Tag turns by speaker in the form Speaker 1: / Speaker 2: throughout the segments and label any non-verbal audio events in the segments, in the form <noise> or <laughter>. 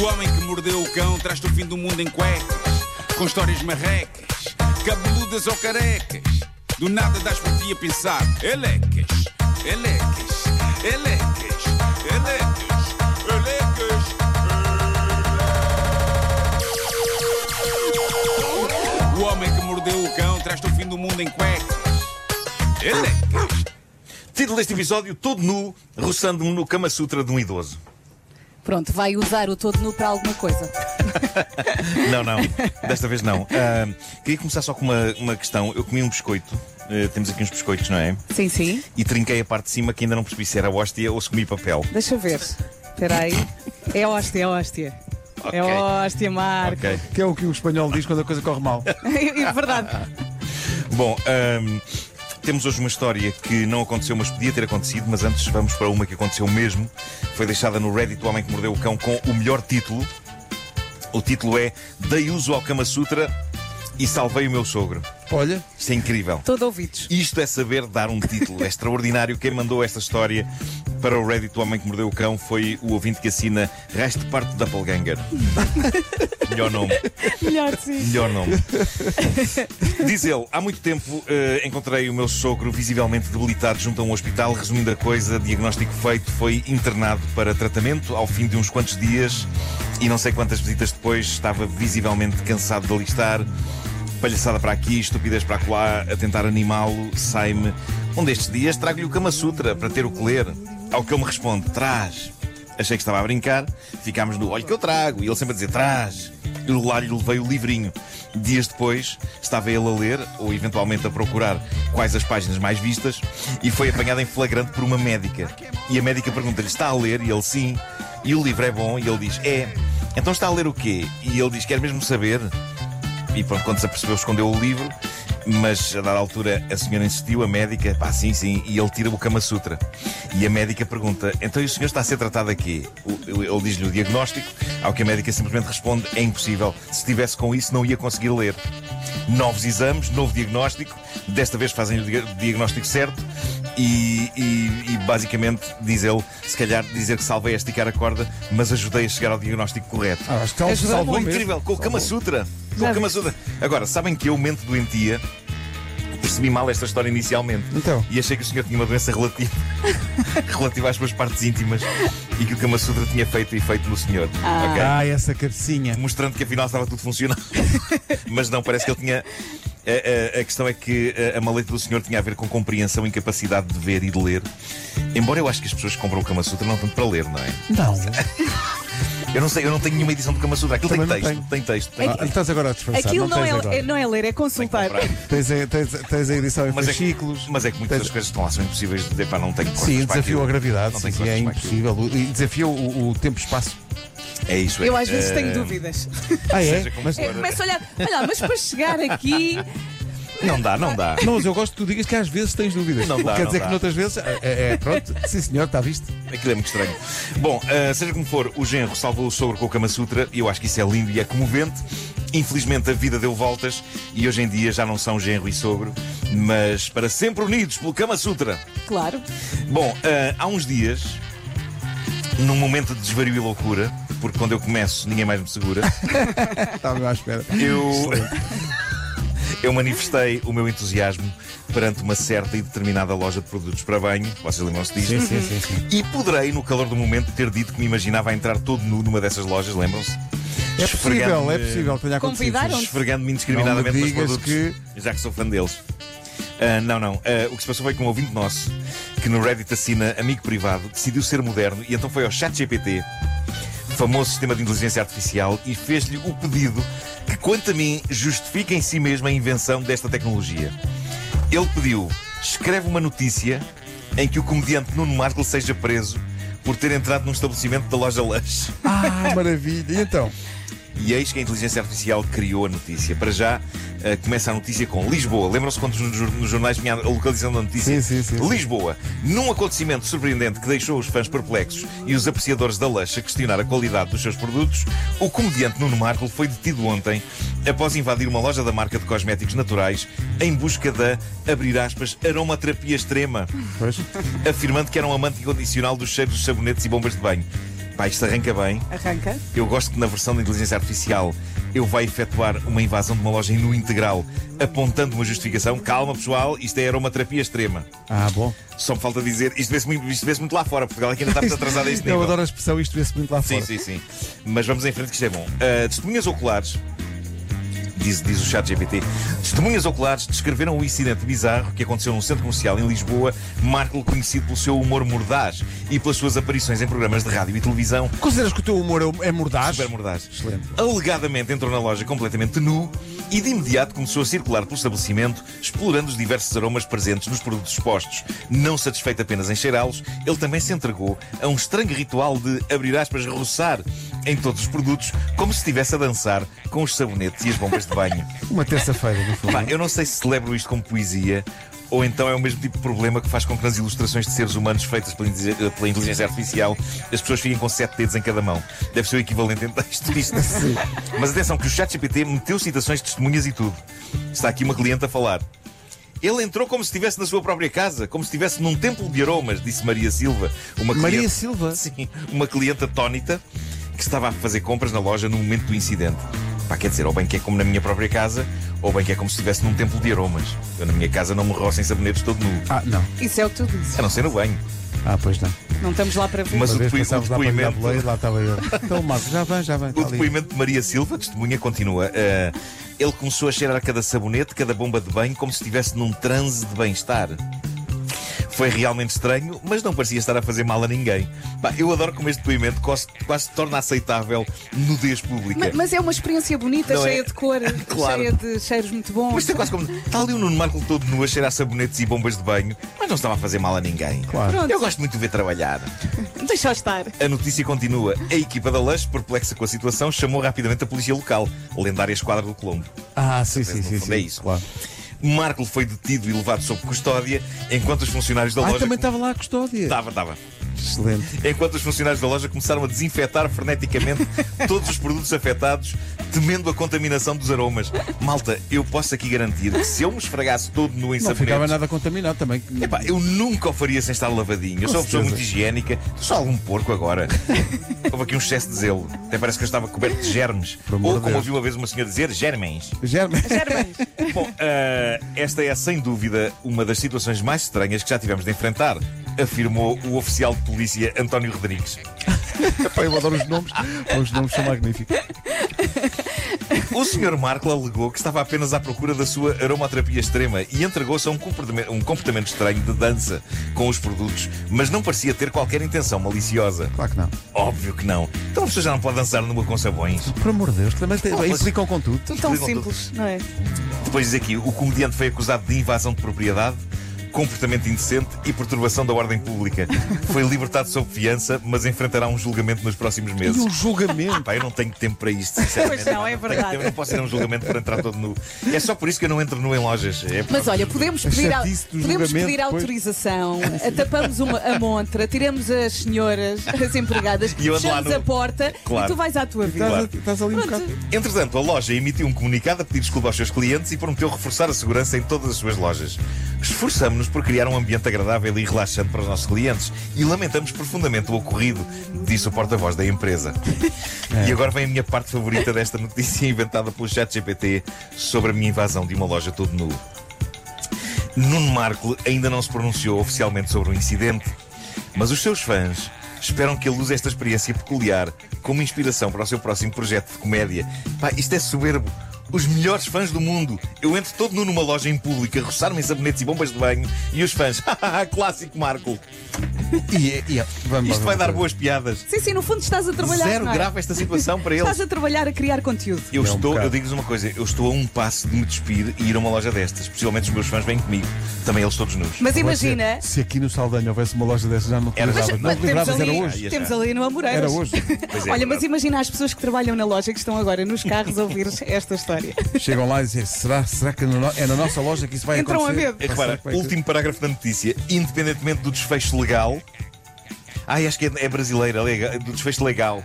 Speaker 1: O homem que mordeu o cão traz-te o fim do mundo em cuecas, com histórias marrecas, cabeludas ou carecas. Do nada das por ti a pensar, elecas, elecas, elecas, elecas, elecas. O homem que mordeu o cão traz-te o fim do mundo em cuecas, elecas.
Speaker 2: Título deste episódio: Todo nu, roçando-me no Kama Sutra de um idoso.
Speaker 3: Pronto, vai usar o todo nu para alguma coisa.
Speaker 2: Não, não, desta vez não. Ah, queria começar só com uma, uma questão. Eu comi um biscoito, eh, temos aqui uns biscoitos, não é?
Speaker 3: Sim, sim.
Speaker 2: E trinquei a parte de cima que ainda não percebi se era hóstia ou se comi papel.
Speaker 4: Deixa eu ver. Espera aí. É hóstia, é hóstia.
Speaker 2: Ok.
Speaker 4: É hóstia, Marco.
Speaker 2: Ok.
Speaker 5: Que é o que o espanhol diz quando a coisa corre
Speaker 2: <laughs>
Speaker 5: mal.
Speaker 4: <laughs> É verdade.
Speaker 2: Bom, ahm, temos hoje uma história que não aconteceu, mas podia ter acontecido, mas antes vamos para uma que aconteceu mesmo. Foi deixada no Reddit do Homem que Mordeu o Cão com o melhor título. O título é Dei uso ao Kama Sutra e salvei o meu sogro.
Speaker 5: Olha,
Speaker 2: Isto é incrível.
Speaker 4: Todo ouvidos.
Speaker 2: Isto é saber dar um título. É extraordinário. Quem mandou esta história para o Reddit do Homem que Mordeu o Cão foi o ouvinte que assina Resto Parte do Doppelganger. Melhor nome.
Speaker 4: Melhor sim.
Speaker 2: Melhor nome. Diz ele, há muito tempo eh, encontrei o meu sogro visivelmente debilitado junto a um hospital. Resumindo a coisa, diagnóstico feito, foi internado para tratamento ao fim de uns quantos dias e não sei quantas visitas depois estava visivelmente cansado de ali estar. Palhaçada para aqui, estupidez para lá, a tentar animá-lo, sai-me. Um destes dias trago-lhe o Kama Sutra para ter o que ler. Ao que ele me responde, traz. Achei que estava a brincar, ficámos no olho que eu trago, e ele sempre a dizer, traz. Eu lá lhe levei o livrinho. Dias depois, estava ele a ler, ou eventualmente a procurar, quais as páginas mais vistas, e foi apanhado em flagrante por uma médica. E a médica pergunta-lhe: está a ler? E ele sim. E o livro é bom? E ele diz: é. Então está a ler o quê? E ele diz: quer mesmo saber? E pronto, quando se apercebeu, escondeu o livro. Mas a dada altura a senhora insistiu, a médica, pá, sim, sim, e ele tira o Kama Sutra. E a médica pergunta: então e o senhor está a ser tratado aqui? Ele diz-lhe o diagnóstico, ao que a médica simplesmente responde: é impossível. Se estivesse com isso, não ia conseguir ler. Novos exames, novo diagnóstico, desta vez fazem o dia- diagnóstico certo. E, e- e basicamente diz ele, se calhar dizer que salvei a esticar a corda, mas ajudei a chegar ao diagnóstico correto.
Speaker 5: ah, acho que ele se
Speaker 4: Ajuda
Speaker 5: salvou
Speaker 2: Foi
Speaker 5: mesmo.
Speaker 2: é
Speaker 5: Tá
Speaker 2: incrível, com o Kama Sutra. Com
Speaker 4: Já
Speaker 2: o
Speaker 4: vi.
Speaker 2: Kama Sutra. Agora, sabem que eu, mente doentia, percebi mal esta história inicialmente.
Speaker 5: Então?
Speaker 2: E achei que o senhor tinha uma doença relativa, <laughs> relativa às suas partes íntimas e que o Kama Sutra tinha feito efeito no senhor. Ok?
Speaker 5: Ah, essa cabecinha.
Speaker 2: Mostrando que afinal estava tudo funcional. <laughs> Mas não, parece que ele tinha. A, a- a questão é que a, a maleta do senhor tinha a ver com compreensão e incapacidade de ver e de ler. Embora eu acho que as pessoas que compram o Kama Sutra não tanto para ler, não é?
Speaker 5: Não.
Speaker 2: Eu não sei, eu não tenho nenhuma edição do Kama Sutra. Aquilo tem
Speaker 5: Também não
Speaker 2: texto,
Speaker 5: tenho.
Speaker 2: tem texto,
Speaker 4: É
Speaker 2: tem
Speaker 5: Ah,
Speaker 2: texto.
Speaker 5: estás agora a disfarçar.
Speaker 4: Aquilo não,
Speaker 5: tens
Speaker 4: é,
Speaker 5: agora.
Speaker 4: é- não é ler, é consultar.
Speaker 2: Comprar.
Speaker 5: Tens, a, tens, a- tens a edição em
Speaker 2: Mas é, que,
Speaker 5: fascículos.
Speaker 2: mas é que muitas
Speaker 5: tens-
Speaker 2: das coisas que estão lá são impossíveis de pá, não tenho costas
Speaker 5: Sim,
Speaker 2: para
Speaker 5: desafiou
Speaker 2: aquilo.
Speaker 5: a gravidade.
Speaker 2: Não
Speaker 5: Sim,
Speaker 2: tenho
Speaker 5: sim,
Speaker 2: costas
Speaker 5: é
Speaker 2: para aquilo.
Speaker 5: impossível. O- E desafiou o, o tempo-espaço.
Speaker 2: É isso, é.
Speaker 4: Eu às vezes
Speaker 2: Eh, <laughs>
Speaker 4: tenho dúvidas.
Speaker 5: Ah, é?
Speaker 2: Seja como
Speaker 5: Mas,
Speaker 2: for.
Speaker 3: Começa a olhar, olha, mas para chegar aqui.
Speaker 2: Não dá, não dá.
Speaker 5: não, mas eu gosto que tu digas que às vezes tens dúvidas.
Speaker 2: Não dá,
Speaker 5: Quer
Speaker 2: não
Speaker 5: dizer
Speaker 2: dá.
Speaker 5: que noutras vezes. É, é- é, pronto. Sim, senhor, está visto.
Speaker 2: Aquilo é muito estranho. Bom, eh, seja como for, o genro salvou o sogro com o Kama Sutra e eu acho que isso é lindo e é comovente. Infelizmente a vida deu voltas e hoje em dia já não são genro e sogro, mas para sempre unidos pelo Kama Sutra.
Speaker 3: Claro.
Speaker 2: Bom, ah, há uns dias, num momento de desvario e loucura, porque quando eu começo ninguém mais me segura.
Speaker 5: Estava à espera. É
Speaker 2: Eu. Eu manifestei o meu entusiasmo perante uma certa e determinada loja de produtos para banho, vocês lembram-se disto?
Speaker 5: Sim, sim, sim, sim.
Speaker 2: E poderei, no calor do momento, ter dito que me imaginava a entrar todo nu numa dessas lojas, lembram-se?
Speaker 5: É possível, é
Speaker 2: Esfregando-me-
Speaker 5: possível que tenha acontecido.
Speaker 3: Convidaram-te?
Speaker 2: Esfregando-me indiscriminadamente
Speaker 5: Não me
Speaker 2: nos
Speaker 5: digas
Speaker 2: produtos, já que sou fã deles. Ah, não, não. Ah, o que se passou foi com um ouvinte nosso, que no Reddit assina amigo privado, decidiu ser moderno e então foi ao ChatGPT, famoso sistema de inteligência artificial, e fez-lhe o pedido que, quanto a mim, justifica em si mesmo a invenção desta tecnologia. Ele pediu: escreve uma notícia em que o comediante Nuno Marco seja preso por ter entrado num estabelecimento da loja Lush.
Speaker 5: Ah, maravilha. E então?
Speaker 2: E eis que a inteligência artificial criou a notícia. Para já, eh, começa a notícia com Lisboa. Lembram-se quando nos jor- nos jornais vinha a localização da notícia?
Speaker 5: Sim, sim, sim, sim.
Speaker 2: Lisboa. Num acontecimento surpreendente que deixou os fãs perplexos e os apreciadores da Lush a questionar a qualidade dos seus produtos, o comediante Nuno Marco foi detido ontem após invadir uma loja da marca de cosméticos naturais em busca da, abrir aspas, aromaterapia extrema
Speaker 5: Pois.
Speaker 2: afirmando que era um amante incondicional dos cheiros dos sabonetes e bombas de banho. Pá, isto arranca bem.
Speaker 4: Arranca.
Speaker 2: Eu gosto que na versão da inteligência artificial eu vá efetuar uma invasão de uma loja no integral, apontando uma justificação. Calma, pessoal, isto é aromaterapia extrema.
Speaker 5: Ah, bom.
Speaker 2: Só me falta dizer, isto vê-se muito, isto vê-se muito lá fora, Portugal aqui ainda está
Speaker 5: <laughs>
Speaker 2: muito atrasado a este nível.
Speaker 5: Eu adoro a expressão, isto vê-se muito lá
Speaker 2: Sim,
Speaker 5: fora.
Speaker 2: sim, sim. Mas vamos em frente que isto é bom. Ah, testemunhas oculares, diz, diz o chat GPT, testemunhas oculares descreveram um incidente bizarro que aconteceu num centro comercial em Lisboa, Marco conhecido pelo seu humor mordaz e pelas suas aparições em programas de rádio e televisão,
Speaker 5: Consideras que o teu humor é- é mordaz?
Speaker 2: super mordaz.
Speaker 5: Excelente.
Speaker 2: Alegadamente entrou na loja completamente nu e de imediato começou a circular pelo estabelecimento, explorando os diversos aromas presentes nos produtos expostos. Não satisfeito apenas em cheirá-los, ele também se entregou a um estranho ritual de abrir aspas, roçar em todos os produtos, como se estivesse a dançar com os sabonetes e as bombas de banho.
Speaker 5: Uma terça-feira, no fundo.
Speaker 2: Pá, eu não sei se celebro isto como poesia ou então é o mesmo tipo de problema que faz com que nas ilustrações de seres humanos feitas pela inte- pela inteligência artificial as pessoas fiquem com sete dedos em cada mão. Deve ser o equivalente a isto. isto. Mas atenção, que o ChatGPT meteu citações de testemunhas e tudo. Está aqui uma cliente a falar. Ele entrou como se estivesse na sua própria casa, como se estivesse num templo de aromas, disse Maria Silva. Uma
Speaker 5: Maria
Speaker 2: cliente-
Speaker 5: Silva?
Speaker 2: Sim, assim, uma cliente atónita que estava a fazer compras na loja no momento do incidente. Pá, quer dizer, ou bem que é como na minha própria casa, ou bem que é como se estivesse num templo de aromas. Eu na minha casa não me rocem sabonetes todo nu,
Speaker 5: Ah, não.
Speaker 4: Isso é o que tu dizes.
Speaker 2: a não ser no banho.
Speaker 5: Ah, pois não.
Speaker 4: Não estamos lá para ver.
Speaker 2: Mas
Speaker 5: Uma
Speaker 2: o,
Speaker 5: vez
Speaker 2: depoi- o
Speaker 5: passámos lá para
Speaker 2: depoimento.
Speaker 5: a boleia, lá estava
Speaker 2: <laughs>
Speaker 5: eu. Então, Marco, já vem, já vem.
Speaker 2: O
Speaker 5: está ali.
Speaker 2: depoimento de Maria Silva, testemunha, continua. Ah, ele começou a cheirar cada sabonete, cada bomba de banho, como se estivesse num transe de bem-estar. Foi realmente estranho, mas não parecia estar a fazer mal a ninguém. Pá, eu adoro como este depoimento quase, quase torna aceitável nudez pública.
Speaker 4: Ma- Mas é uma experiência bonita,
Speaker 2: Não
Speaker 4: cheia
Speaker 2: é?
Speaker 4: de cor,
Speaker 2: <laughs> Claro.
Speaker 4: cheia de cheiros muito bons.
Speaker 2: Mas isto é quase como. Está ali o Nuno Marco todo nu a cheirar sabonetes e bombas de banho, mas não estava a fazer mal a ninguém.
Speaker 5: Claro.
Speaker 4: Pronto.
Speaker 2: Eu gosto muito de ver trabalhar.
Speaker 4: Deixa
Speaker 2: <laughs>
Speaker 4: eu estar.
Speaker 2: A notícia continua. A equipa da Lush, perplexa com a situação, chamou rapidamente a polícia local, a lendária esquadra do Colombo.
Speaker 5: Ah, sim, sim,
Speaker 2: No
Speaker 5: sim.
Speaker 2: fundo
Speaker 5: sim.
Speaker 2: é isso.
Speaker 5: Claro.
Speaker 2: Marco foi detido e levado sob custódia, enquanto os funcionários da
Speaker 5: Ah,
Speaker 2: loja.
Speaker 5: também estava lá a custódia.
Speaker 2: Estava, estava.
Speaker 5: Excelente.
Speaker 2: Enquanto os funcionários da loja começaram a desinfetar
Speaker 5: <laughs>
Speaker 2: freneticamente todos os produtos afetados, temendo a contaminação dos aromas. Malta, eu posso aqui garantir que se eu me esfregasse todo nu em
Speaker 5: Não ficava
Speaker 2: sabonetes,
Speaker 5: nada contaminado também.
Speaker 2: Epá, eu nunca o faria sem estar lavadinho. Eu
Speaker 5: Com
Speaker 2: sou uma pessoa
Speaker 5: certeza.
Speaker 2: muito higiênica. Sou algum porco
Speaker 5: <laughs>
Speaker 2: agora. Houve aqui um excesso de zelo. Até parece que eu estava coberto de germes.
Speaker 5: Por amor
Speaker 2: Ou,
Speaker 5: de
Speaker 2: como
Speaker 5: Deus.
Speaker 2: ouvi uma vez uma senhora dizer, germens.
Speaker 5: Germe.
Speaker 2: Bom, ah, esta é sem dúvida uma das situações mais estranhas que já tivemos de enfrentar, afirmou o oficial de polícia António Rodrigues.
Speaker 5: Epá, eu adoro os nomes. Os nomes são magníficos.
Speaker 2: O Sr. Marco alegou que estava apenas à procura da sua aromaterapia extrema e entregou-se a um comportame- um comportamento estranho de dança com os produtos, mas não parecia ter qualquer intenção maliciosa.
Speaker 5: Claro que não.
Speaker 2: Óbvio que não. Então a pessoa já não pode dançar numa com sabões.
Speaker 5: Por amor de Deus, também te-
Speaker 2: mas-
Speaker 5: implicam com tudo.
Speaker 4: Tudo tão
Speaker 2: Ligam tudo.
Speaker 4: simples, não é?
Speaker 2: Depois diz aqui, o comediante foi acusado de invasão de propriedade, comportamento indecente e perturbação da ordem pública. Foi libertado sob fiança, mas enfrentará um julgamento nos próximos
Speaker 5: E
Speaker 2: meses.
Speaker 5: um julgamento.
Speaker 2: Pá, eu não tenho tempo para isto, sinceramente.
Speaker 4: Pois não, é
Speaker 2: tenho
Speaker 4: verdade.
Speaker 2: tempo, Eu não posso ir a um julgamento para entrar todo nu. É só por isso que eu não entro nu em lojas. É
Speaker 3: Mas olha, podemos
Speaker 5: A
Speaker 3: pedir, a-
Speaker 5: chatice do
Speaker 3: podemos
Speaker 5: julgamento,
Speaker 3: pedir
Speaker 5: pois.
Speaker 3: autorização, tapamos uma, a montra, tiramos as senhoras, as empregadas,
Speaker 2: E eu ando lá
Speaker 3: fechamos
Speaker 2: no-
Speaker 3: a porta
Speaker 2: Claro.
Speaker 3: e tu vais à tua vida.
Speaker 5: Estás, estás ali um bocado.
Speaker 2: Entretanto, a loja emitiu um comunicado a pedir desculpa aos seus clientes e prometeu reforçar a segurança em todas as suas lojas. Esforçamos-nos por criar um ambiente agradável e relaxante para os nossos clientes e lamentamos profundamente o ocorrido, disse o porta-voz da empresa. E agora vem a minha parte favorita desta notícia <laughs> inventada pelo ChatGPT sobre a minha invasão de uma loja todo nu. Nuno Marco ainda não se pronunciou oficialmente sobre o incidente, mas os seus fãs esperam que ele use esta experiência peculiar como inspiração para o seu próximo projeto de comédia. Pá, isto é soberbo. Os melhores fãs do mundo. Eu entro todo nu numa loja em público a roçar-me em sabonetes e bombas de banho e os fãs, <laughs> hahaha, clássico Marco.
Speaker 5: E, é- e é- vamos
Speaker 2: Isto
Speaker 5: lá,
Speaker 2: vai
Speaker 5: vamos
Speaker 2: dar
Speaker 5: lá.
Speaker 2: boas piadas.
Speaker 3: Sim, sim, no fundo estás a trabalhar.
Speaker 2: Zero
Speaker 3: não é?
Speaker 2: grave esta situação para eles.
Speaker 3: <laughs> Estás a trabalhar a criar conteúdo.
Speaker 2: Eu
Speaker 5: É um
Speaker 2: estou,
Speaker 5: bocado.
Speaker 2: eu digo-vos uma coisa, eu estou a um passo de me despir e ir a uma loja destas. Possivelmente os meus fãs vêm comigo. Também eles todos nus.
Speaker 3: Mas
Speaker 5: Pode ser.
Speaker 3: imagina,
Speaker 5: Se aqui no Saldanha houvesse uma loja dessas, já não te
Speaker 2: Era-
Speaker 5: livravas.
Speaker 2: mas-
Speaker 5: Não
Speaker 3: mas
Speaker 5: te
Speaker 3: temos
Speaker 5: livravas, era
Speaker 3: ali,
Speaker 5: hoje.
Speaker 2: ia
Speaker 3: temos
Speaker 2: já.
Speaker 3: ali no Amoreiras.
Speaker 5: Era hoje.
Speaker 2: Pois é,
Speaker 4: Olha, mas
Speaker 2: verdade.
Speaker 4: imagina as pessoas que trabalham na loja que estão agora nos carros
Speaker 2: <laughs>
Speaker 4: a ouvir esta história.
Speaker 5: Chegam lá e dizem: será, será que é na no- é na nossa loja que isso vai
Speaker 4: Entram a
Speaker 5: acontecer?
Speaker 4: medo.
Speaker 2: É,
Speaker 5: Será
Speaker 2: Repara,
Speaker 5: que vai acontecer?
Speaker 2: último parágrafo da notícia. Independentemente do desfecho legal. Ai, acho que é, é brasileira, lega- do desfecho legal.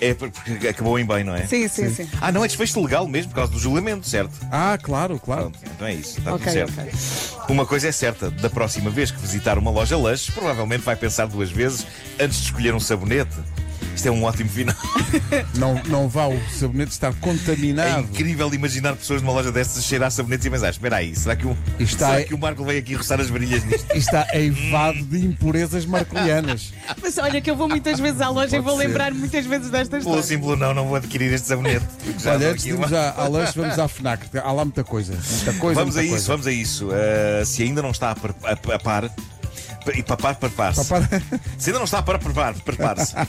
Speaker 2: É por- porque acabou em bem, não é?
Speaker 4: Sim, sim, sim.
Speaker 2: Ah, não, é desfecho legal mesmo, por causa do julgamento, certo?
Speaker 5: Ah, claro, claro.
Speaker 2: Pronto, então é isso, está
Speaker 4: Ok,
Speaker 2: tudo certo. Uma coisa é certa, da próxima vez que visitar uma loja Lush, provavelmente vai pensar duas vezes antes de escolher um sabonete. Isto é um ótimo final.
Speaker 5: Não, não vá o sabonete estar
Speaker 2: É
Speaker 5: contaminado.
Speaker 2: incrível imaginar pessoas numa loja destas cheirar a sabonetes e pensar, "Ah, espera aí, será que o,
Speaker 5: Está-
Speaker 2: será que o Marco veio aqui roçar as varilhas nisto?
Speaker 5: E Está eivado de impurezas marcolianas.
Speaker 4: Mas olha que eu vou muitas vezes à loja e vou
Speaker 5: Pode ser.
Speaker 4: lembrar muitas vezes destas
Speaker 2: Pelo
Speaker 4: história.
Speaker 2: símbolo não, não vou adquirir este sabonete. porque <laughs> já
Speaker 5: <laughs> Olha,
Speaker 2: dou
Speaker 5: antes de
Speaker 2: aqui uma-
Speaker 5: irmos à, à lanche, vamos à FNAC. Há lá muita coisa. Muita coisa
Speaker 2: Vamos
Speaker 5: muita
Speaker 2: a isso,
Speaker 5: coisa.
Speaker 2: vamos a isso. Uh, se ainda não está a, par, a- a par- e papar, prepare-se.
Speaker 5: Papar-
Speaker 2: Se ainda não está para preparar, prepare-se. A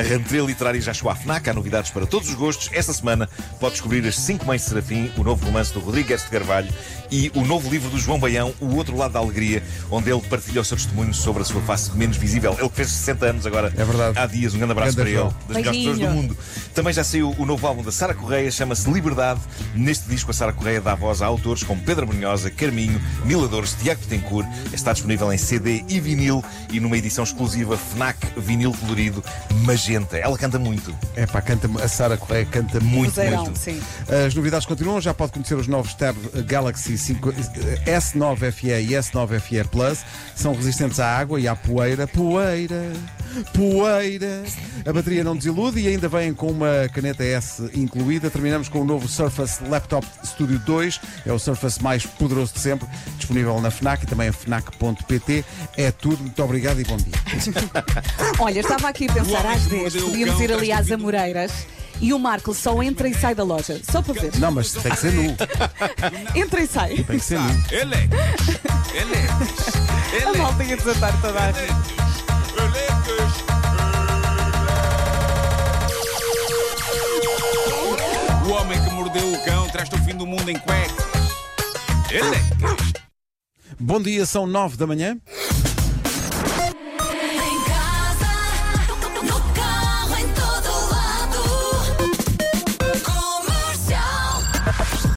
Speaker 2: Rentria Literária já chegou à FNAC, há novidades para todos os gostos. Esta semana pode descobrir As Cinco Mães de Serafim, o novo romance do Rodrigues de Carvalho e o novo livro do João Baião, O Outro Lado da Alegria, onde ele partilha o seu testemunho sobre a sua face menos visível. Ele que fez 60 anos agora.
Speaker 5: É verdade.
Speaker 2: Há dias, um grande abraço
Speaker 5: Grande
Speaker 2: para
Speaker 5: João.
Speaker 2: ele. Das melhores pessoas do
Speaker 3: Beijinho.
Speaker 2: mundo mundo. Também já saiu o novo álbum da Sara Correia, chama-se Liberdade. Neste disco, a Sara Correia dá voz a autores como Pedro Brunhosa, Carminho, Miladores, Tiago Betancourt. Está disponível em CD e vinil e numa edição exclusiva Fnac Vinil Colorido Magenta. Ela canta muito,
Speaker 5: É pá, canta, a Sara Correia canta muito,
Speaker 4: Zerão,
Speaker 5: muito.
Speaker 4: sim.
Speaker 5: As novidades continuam, já pode conhecer os novos Tab Galaxy 5, eh, S9FE e S9FE Plus. São resistentes à água e à poeira. Poeira! Poeira! A bateria não desilude e ainda vem com uma caneta S incluída. Terminamos com o novo Surface Laptop Studio 2. É o Surface mais poderoso de sempre. Disponível na FNAC e também em FNAC.pt. É tudo. Muito obrigado e bom dia.
Speaker 3: Olha, estava aqui a
Speaker 1: O
Speaker 3: pensar
Speaker 1: homem
Speaker 3: às
Speaker 1: que
Speaker 3: 10,
Speaker 1: mordeu o
Speaker 3: podíamos
Speaker 1: cão
Speaker 3: ir ali
Speaker 1: traz
Speaker 3: às
Speaker 1: tudo.
Speaker 3: Amoreiras e o Marco só entra e sai da loja. Só para ver.
Speaker 5: Não, mas tem que ser nu.
Speaker 3: Entra e sai.
Speaker 5: Tem que ser nu.
Speaker 1: Elecas, elecas, elecas,
Speaker 4: A malta ia desatar toda a rir.
Speaker 1: elecas. O homem que mordeu o cão traz-te o fim do mundo em é cuecas. Elecas.
Speaker 5: Bom dia, são 9 da manhã.